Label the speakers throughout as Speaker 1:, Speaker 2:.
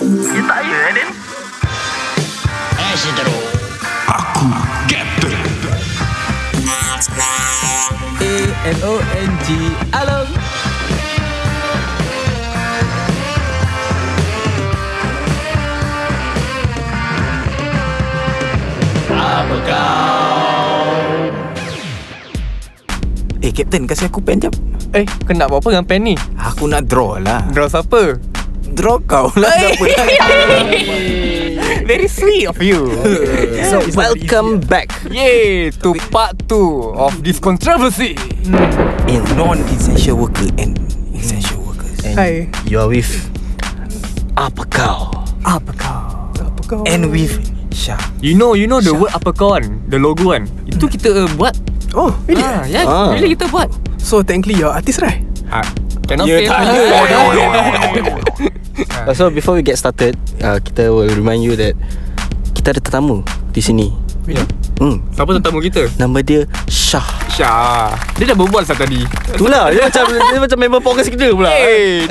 Speaker 1: Itairen.
Speaker 2: Esdro.
Speaker 3: Aku Captain
Speaker 4: A-N-O-N-G Along
Speaker 5: Eh Captain kasih aku pen jap
Speaker 4: Eh, kau nak buat apa dengan pen ni?
Speaker 5: Aku nak draw lah
Speaker 4: Draw siapa?
Speaker 5: Draw kau lah siapa nak
Speaker 4: Very sweet of you
Speaker 5: So welcome back
Speaker 4: Yay, to part 2 of this controversy
Speaker 2: Eh,
Speaker 5: In non-essential worker and essential workers
Speaker 2: And
Speaker 4: Hi.
Speaker 2: You are with Apa kau?
Speaker 5: Apa kau
Speaker 4: Apa kau?
Speaker 5: And with Syah
Speaker 4: You know, you know the word apa kau kan? The logo kan? Itu kita uh, buat
Speaker 6: Oh, really?
Speaker 4: Ah, yeah,
Speaker 5: Ah.
Speaker 4: really kita buat
Speaker 6: So technically you're artist right?
Speaker 4: Ah. Cannot
Speaker 5: Ya,
Speaker 4: say
Speaker 5: tak
Speaker 4: lah.
Speaker 2: Uh, So before we get started uh, Kita will remind you that Kita ada tetamu Di sini
Speaker 4: Really?
Speaker 2: Hmm
Speaker 4: Siapa tetamu kita?
Speaker 2: Nama dia Syah
Speaker 4: Syah Dia dah berbual sah tadi
Speaker 2: Itulah Dia macam dia macam member podcast kita pula
Speaker 4: Hey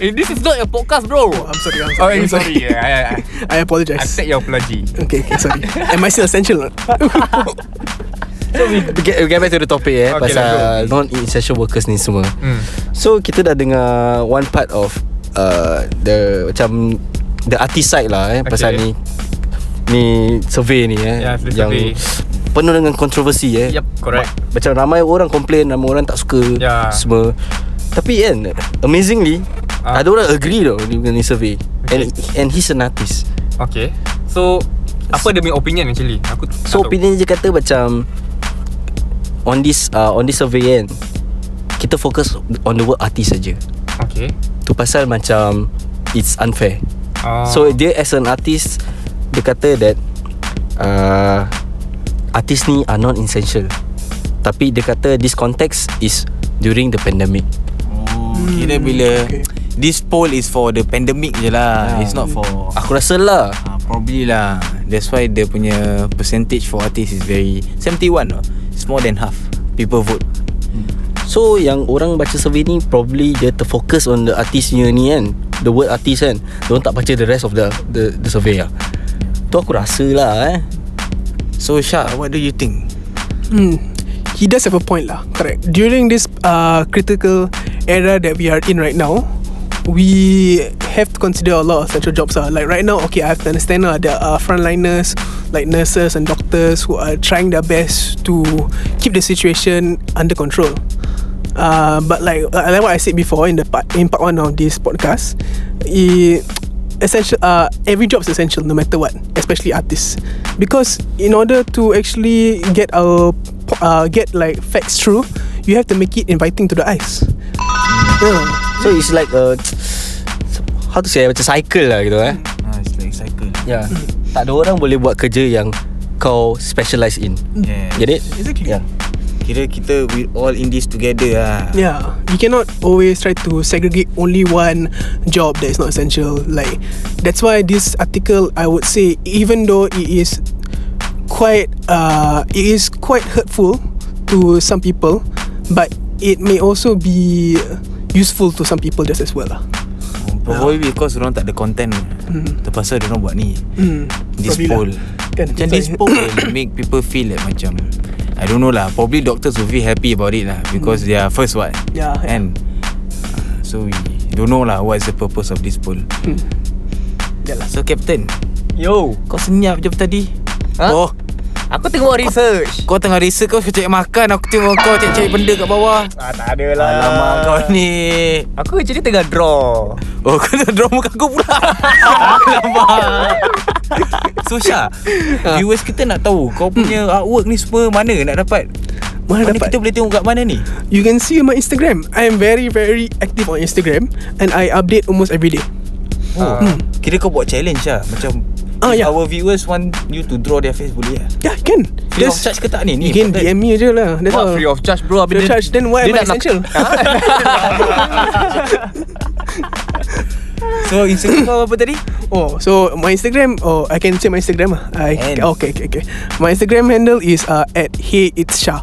Speaker 4: Eh, This is not your podcast bro
Speaker 6: I'm sorry, I'm
Speaker 4: Oh,
Speaker 6: sorry.
Speaker 4: I'm
Speaker 6: I'm
Speaker 4: sorry. Yeah, I, I,
Speaker 2: Oh.
Speaker 6: I
Speaker 4: I
Speaker 6: apologize.
Speaker 4: take your apology.
Speaker 6: Okay, okay, sorry. Am I still essential? or not?
Speaker 2: We Get, we get back to the topic eh
Speaker 4: Okay,
Speaker 2: okay, Pasal non-essential workers ni semua
Speaker 4: Hmm.
Speaker 2: So kita dah dengar One part of uh, The Macam The artist side lah eh okay. Pasal ni
Speaker 4: Okay.
Speaker 2: Ni survey ni eh
Speaker 4: Yeah,
Speaker 6: Ya,
Speaker 4: the survey.
Speaker 2: Penuh dengan kontroversi eh
Speaker 4: Yep, correct.
Speaker 2: Macam ramai orang complain Ramai orang tak suka
Speaker 4: Ya.
Speaker 2: Semua Tapi kan Amazingly
Speaker 4: Ah.
Speaker 2: Ada orang agree tau Dengan ni survey And and he's an artist
Speaker 4: Okay. So apa demi opinion actually? Aku tak
Speaker 2: So
Speaker 4: tahu.
Speaker 2: opinion dia kata macam On this uh, On this survey kan Kita fokus On the word artist saja
Speaker 4: Okay.
Speaker 2: Tu pasal macam It's unfair
Speaker 4: Uh,
Speaker 2: So dia as an artist Dia kata that uh, Artist ni are not essential Tapi dia kata This context is During the pandemic
Speaker 5: Oh, Kira bila
Speaker 6: okay.
Speaker 5: This poll is for the pandemic je
Speaker 2: Ah.
Speaker 5: lah It's not for
Speaker 2: Aku rasa lah
Speaker 5: Ah, Probably lah That's why dia punya Percentage for artist is very 71 lah It's more than half People vote
Speaker 2: So yang orang baca survey ni Probably dia terfokus on the artist punya ni kan The word artist kan Diorang tak baca the rest of the the, the survey lah Tu aku rasa lah eh
Speaker 5: So Syah What do you think?
Speaker 6: Hmm. He does have a point lah. Correct. During this uh, critical era that we are in right now, we have to consider a lot of essential jobs. Uh. Like right now, okay, I have to understand uh, there are frontliners like nurses and doctors who are trying their best to keep the situation under control. Uh, but like uh, like what I said before in the part, in part one of this podcast, it, essential uh, every job is essential no matter what, especially artists, because in order to actually get our po- uh, get like facts true, you have to make it inviting to the eyes. Yeah.
Speaker 2: So it's like a How to say Macam cycle lah gitu
Speaker 4: Hmm.
Speaker 2: eh
Speaker 5: Ah, It's like cycle
Speaker 2: Ya yeah. Tak ada orang boleh buat kerja yang Kau specialise in
Speaker 5: Yeah
Speaker 2: Get it? Ya.
Speaker 6: Exactly.
Speaker 2: Yeah.
Speaker 5: Kira kita We all in this together lah
Speaker 6: Yeah, you cannot always try to segregate only one job that is not essential. Like that's why this article, I would say, even though it is quite, uh, it is quite hurtful to some people, but it may also be useful to some people just as well. lah.
Speaker 5: Probably because Diorang tak ada content hmm. Terpaksa diorang buat ni
Speaker 6: Hmm.
Speaker 5: This
Speaker 6: probably lah.
Speaker 5: poll
Speaker 6: Kan?
Speaker 5: Macam
Speaker 6: Sorry.
Speaker 5: this poll will Make people feel like macam I don't know lah Probably doctors will feel happy about it lah Because they are first what
Speaker 6: Hmm. Yeah.
Speaker 5: And uh, So we Don't know lah What is the purpose of this poll
Speaker 6: Hmm. lah.
Speaker 5: So Captain
Speaker 4: yo,
Speaker 5: Kau senyap je tadi
Speaker 4: Ha?
Speaker 5: Oh
Speaker 4: aku tengok research.
Speaker 5: Kau tengah rasa kau cari makan Aku tengok kau cari-cari benda kat bawah
Speaker 4: Ah, tak ada
Speaker 2: lah.
Speaker 5: Alamak kau ni
Speaker 4: Aku jadi tengah draw.
Speaker 5: Oh kau dah draw muka aku pula Alamak So Syah
Speaker 6: Ha.
Speaker 5: Viewers kita nak tahu Kau punya
Speaker 6: Hmm.
Speaker 5: artwork ni semua Mana nak dapat
Speaker 6: Mana dapat?
Speaker 5: kita boleh tengok kat mana ni
Speaker 6: You can see my Instagram. I am very very active on Instagram, and I update almost every day.
Speaker 5: Oh
Speaker 4: Ah.
Speaker 5: Kira kau buat challenge lah Macam
Speaker 6: Ah,
Speaker 5: if
Speaker 6: ya.
Speaker 5: Our viewers want you to draw their face Boleh lah
Speaker 6: Yeah, you can.
Speaker 5: Free of
Speaker 6: Just-
Speaker 5: charge ke tak ni? Ni
Speaker 6: You can
Speaker 5: important.
Speaker 6: DM me je lah. That's all.
Speaker 4: What free of charge bro?
Speaker 6: Free of charge, then why am I
Speaker 4: nak-
Speaker 6: essential?
Speaker 5: So Instagram kau apa tadi?
Speaker 6: Oh, so my Instagram, oh, I can say my Instagram ah. I
Speaker 5: Can.
Speaker 6: okay, okay, okay. My Instagram handle is uh, at hey it's Shah.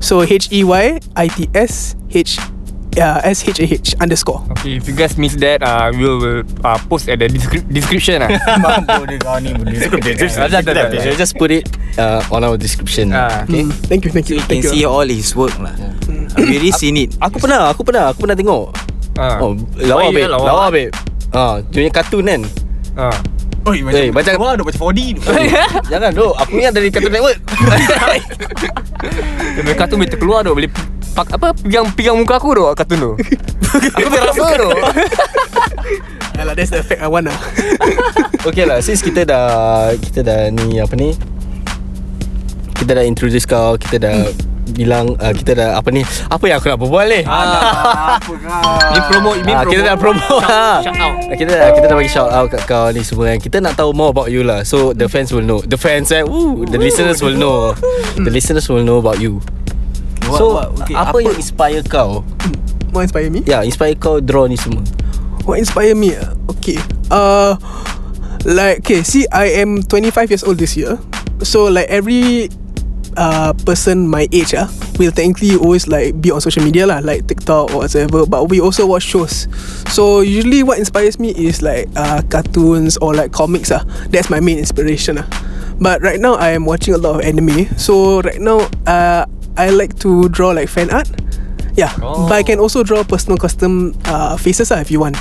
Speaker 6: So H E Y I T S H uh, SHAH underscore.
Speaker 4: Okay, if you guys miss that, uh, we will uh, post at the descri- description lah.
Speaker 5: Mampu dia kau ni boleh.
Speaker 4: Dah, dah, dah, dah.
Speaker 2: So just put it uh, on our description.
Speaker 4: Ah,
Speaker 2: okay.
Speaker 6: Mm, thank you, thank
Speaker 5: So
Speaker 6: you.
Speaker 5: you can
Speaker 6: Thank you.
Speaker 5: see all his work lah. I've really seen it.
Speaker 2: Aku pernah, aku pernah, aku pernah tengok.
Speaker 4: Ah.
Speaker 2: Oh, lawa
Speaker 4: Oh,
Speaker 2: babe.
Speaker 4: ya, lawa.
Speaker 2: Lawa babe. Ah, dia punya kartun kan.
Speaker 4: Ah.
Speaker 5: Oi,
Speaker 2: macam- Eh, macam-
Speaker 5: Wah, dah macam 4D tu.
Speaker 2: Jangan duk, aku ingat dari Cartoon Network.
Speaker 4: Mereka tu boleh terkeluar tu Boleh pak, apa pegang pegang muka aku tu Kartun tu Aku terasa tu
Speaker 6: Alah, that's the effect I want ah. lah.
Speaker 2: okay lah, since kita dah kita dah ni apa ni? Kita dah introduce kau, kita dah bilang uh, kita dah apa ni? Apa yang aku nak berbual ni? Ah,
Speaker 4: Ni promo Ni promo
Speaker 2: kita dah promo ha.
Speaker 4: shout out.
Speaker 2: Kita dah kita dah bagi shout out kat kau ni semua kan. Kita nak tahu more about you lah. So the fans will know. The fans eh. Woo, the listeners will know. The listeners will know about you. So apa yang inspire kau?
Speaker 6: What inspire me?
Speaker 2: Ya, yeah, inspire kau draw ni semua.
Speaker 6: What inspire me? ah? Okay. Uh, like okay. See, I am 25 years old this year. So like every uh person my age ah will technically always like be on social media lah like TikTok or whatever. But we also watch shows. So usually what inspires me is like uh cartoons or like comics ah. That's my main inspiration ah. But right now I am watching a lot of anime. So right now uh I like to draw like fan art. Yeah, but I can also draw personal custom uh, faces lah if you want.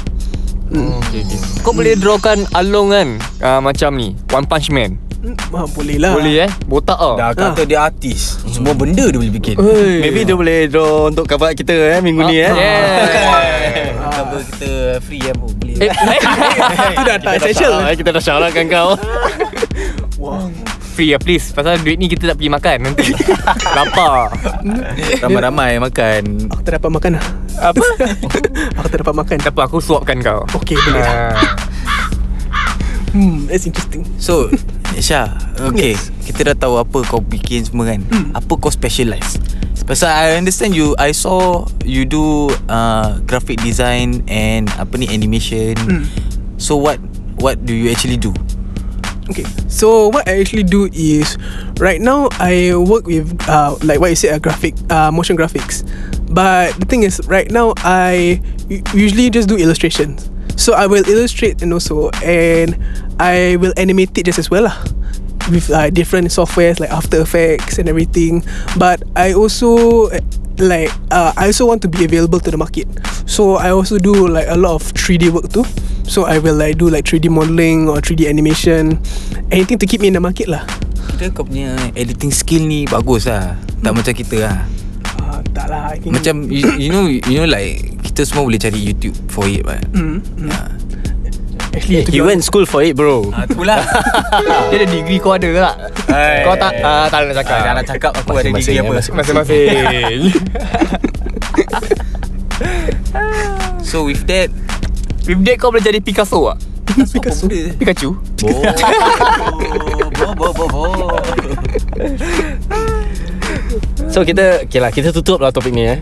Speaker 4: Kau boleh drawkan Along kan uh, Macam ni One Punch Man
Speaker 6: Hmm, ah, boleh lah.
Speaker 4: Boleh eh Botak tau
Speaker 5: Dah kata dia artis. Semua benda dia boleh bikin.
Speaker 6: Hey.
Speaker 2: Maybe dia boleh draw untuk cover up kita eh minggu ni eh.
Speaker 4: Ah, Yeah
Speaker 5: Cover kita free eh bu, boleh.
Speaker 6: Itu dah tak
Speaker 2: Shout out,
Speaker 6: essential.
Speaker 2: eh. Kita dah shout out kan kau
Speaker 4: Free lah please Pasal duit ni kita tak pergi makan nanti Lapar
Speaker 5: Ramai-ramai makan.
Speaker 6: Aku tak dapat makan lah.
Speaker 4: Apa?
Speaker 6: Aku tak dapat makan.
Speaker 4: Tak apa aku suapkan kau
Speaker 6: Okay, boleh.
Speaker 4: Ah.
Speaker 6: Hmm, that's interesting.
Speaker 5: So Syah Okay yes. Kita dah tahu Apa kau bikin semua kan hmm. Apa kau specialise Pasal I understand you I saw You do uh, Graphic design And Apa ni Animation hmm. So what What do you actually do
Speaker 6: Okay, so what I actually do is right now I work with uh, like what you said, a graphic, uh, motion graphics. But the thing is, right now I u- usually just do illustrations. So I will illustrate and also, and I will animate it just as well lah, with uh, different softwares like After Effects and everything. But I also uh, like uh, I also want to be available to the market. So I also do like a lot of 3D work too. So I will like do like 3D modeling or 3D animation, anything to keep me in the market lah.
Speaker 5: Kira kau punya Editing skill ni Bagus lah Tak macam kita lah
Speaker 6: Uh, tak lah, I think
Speaker 5: Hmm. Macam you, you know You know like Kita semua boleh cari YouTube For it right
Speaker 6: Mm, mm. Actually, to be
Speaker 2: He went school for it bro
Speaker 5: Ah, itulah
Speaker 4: Ah. Dia ada degree kau ada tak?
Speaker 5: Hai.
Speaker 4: Kau tak ah, Tak nak cakap
Speaker 5: Tak nak cakap Aku ada
Speaker 2: Masing-masing,
Speaker 5: degree apa
Speaker 2: masing-masing.
Speaker 4: Masing-masing
Speaker 5: So with that
Speaker 4: With that kau boleh jadi Picasso tak?
Speaker 5: Picasso apa benda?
Speaker 4: Pikachu
Speaker 5: Bo. Bo bo bo bo.
Speaker 2: So kita Okay lah Kita tutup lah topik ni eh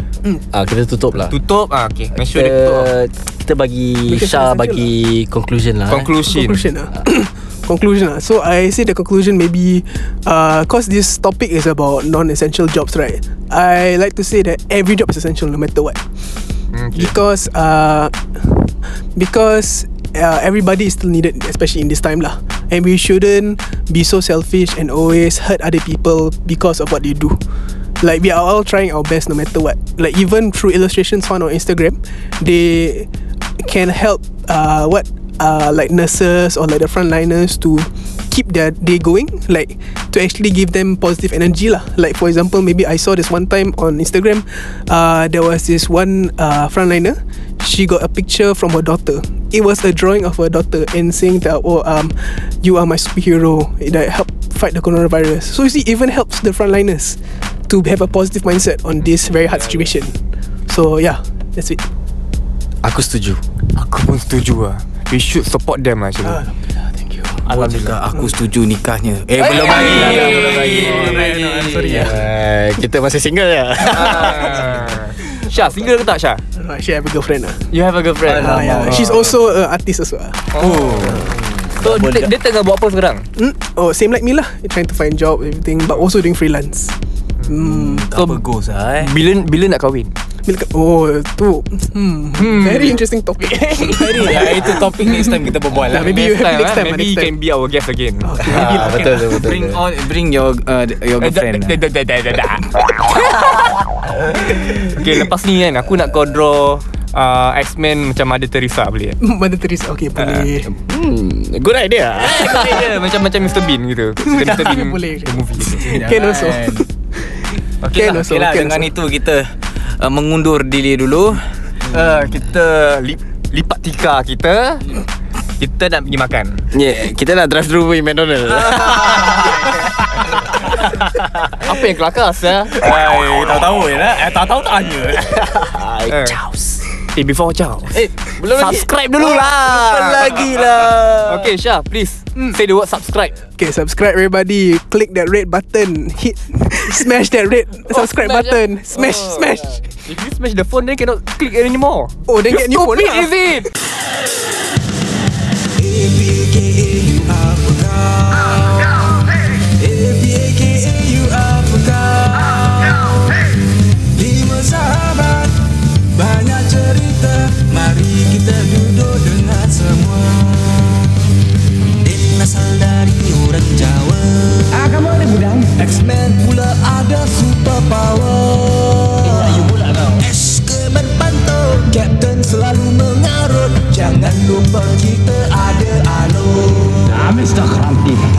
Speaker 2: Ah Kita tutup lah
Speaker 4: Tutup ah okay. Make sure dia tutup. lah.
Speaker 2: kita, kita bagi
Speaker 6: Because
Speaker 2: Syah
Speaker 6: essential
Speaker 2: bagi conclusion lah eh.
Speaker 4: Conclusion.
Speaker 6: conclusion ah. conclusion ah. So I say the conclusion maybe uh cause this topic is about non-essential jobs, right? I like to say that every job is essential no matter what.
Speaker 4: Okay.
Speaker 6: Because uh because uh, everybody is still needed especially in this time lah. And we shouldn't be so selfish and always hurt other people because of what they do. Like we are all trying our best no matter what. Like even through illustrations found on Instagram, they can help uh what uh like nurses or like the frontliners to keep their day going like to actually give them positive energy lah like for example maybe I saw this one time on Instagram uh there was this one uh frontliner she got a picture from her daughter it was a drawing of her daughter and saying that oh um you are my superhero that help fight the coronavirus so you see even helps the frontliners to have a positive mindset on this very hard situation so yeah that's it
Speaker 2: Aku setuju
Speaker 4: Aku pun setuju lah. We should support them lah actually.
Speaker 6: Alhamdulillah Ah, thank you
Speaker 5: Alhamdulillah aku setuju nikahnya. Eh belum lagi. Belum lagi.
Speaker 2: Oh,
Speaker 5: Sorry ya.
Speaker 2: Eh, Kita masih single ya
Speaker 4: Ah. Syah, single ke tak Syah?
Speaker 6: Uh, she have a girlfriend lah.
Speaker 4: You have a girlfriend. Oh.
Speaker 6: Ah, yeah. She's also an artist as well.
Speaker 4: So dia, dia tengah buat apa sekarang?
Speaker 6: Hmm? Oh, same like me lah. Trying to find job, everything, but also doing freelance. Hmm.
Speaker 5: Tak bagus ah eh.
Speaker 4: Bila bila nak kahwin?
Speaker 6: Bila kat- Oh tu hmm, Very interesting topic Very
Speaker 5: Ya itu topik next time kita berbual lah.
Speaker 6: Lah, maybe you
Speaker 4: Next time,
Speaker 6: have
Speaker 4: eh,
Speaker 6: next time ah,
Speaker 4: Maybe
Speaker 6: next
Speaker 4: you can
Speaker 6: time
Speaker 4: be our guest again
Speaker 2: Ah, betul betul betul.
Speaker 5: Bring
Speaker 2: betul.
Speaker 5: on Bring your uh, Your
Speaker 4: Eh, da-
Speaker 5: girlfriend lah.
Speaker 4: da- da- da- da- da- da. Okay lepas ni kan Aku nak kau draw uh, X-Men macam Mother Teresa boleh tak?
Speaker 6: Mother Teresa Okay boleh
Speaker 2: Hmm, good idea.
Speaker 4: Boleh je Macam macam Mr Bean gitu Macam Mr Bean
Speaker 6: Boleh.
Speaker 4: The movie
Speaker 6: Can also
Speaker 5: Kan? Okay,
Speaker 6: Can
Speaker 5: lah,
Speaker 6: also,
Speaker 5: okay lah
Speaker 6: can
Speaker 5: Dengan
Speaker 6: also.
Speaker 5: itu kita uh, Mengundur diri dulu
Speaker 4: uh, Kita lip- Lipat tika kita Kita nak pergi makan
Speaker 2: Yeah, kita nak drive through pergi McDonald's.
Speaker 4: Apa yang kelakar saya?
Speaker 5: Hai Tahu-tahu je lah Eh tahu-tahu tanya
Speaker 4: Eh. Eh before ciao
Speaker 2: eh, belum
Speaker 4: Subscribe dulu
Speaker 5: Oh,
Speaker 2: Lupa
Speaker 4: lah Hmm.
Speaker 2: lagi lah.
Speaker 4: Okay Syah please Say the word subscribe
Speaker 6: Okay subscribe everybody Click that red button Hit Smash that red Subscribe
Speaker 4: smash, eh?
Speaker 6: button Smash
Speaker 4: Oh,
Speaker 6: Smash
Speaker 4: If you smash the phone Then cannot click anymore
Speaker 6: Oh then get new phone
Speaker 4: Stupid
Speaker 6: lah
Speaker 4: is it?
Speaker 1: Lima sahabat Banyak cerita Mari kita duduk dengar semua Ini asal dari orang Jawa Ah kamu ada budang X-Men pula ada super power Eh ayo pula kau X-Men pantau Captain selalu mengarut Jangan lupa kita ada alur Ah Mr. Krampi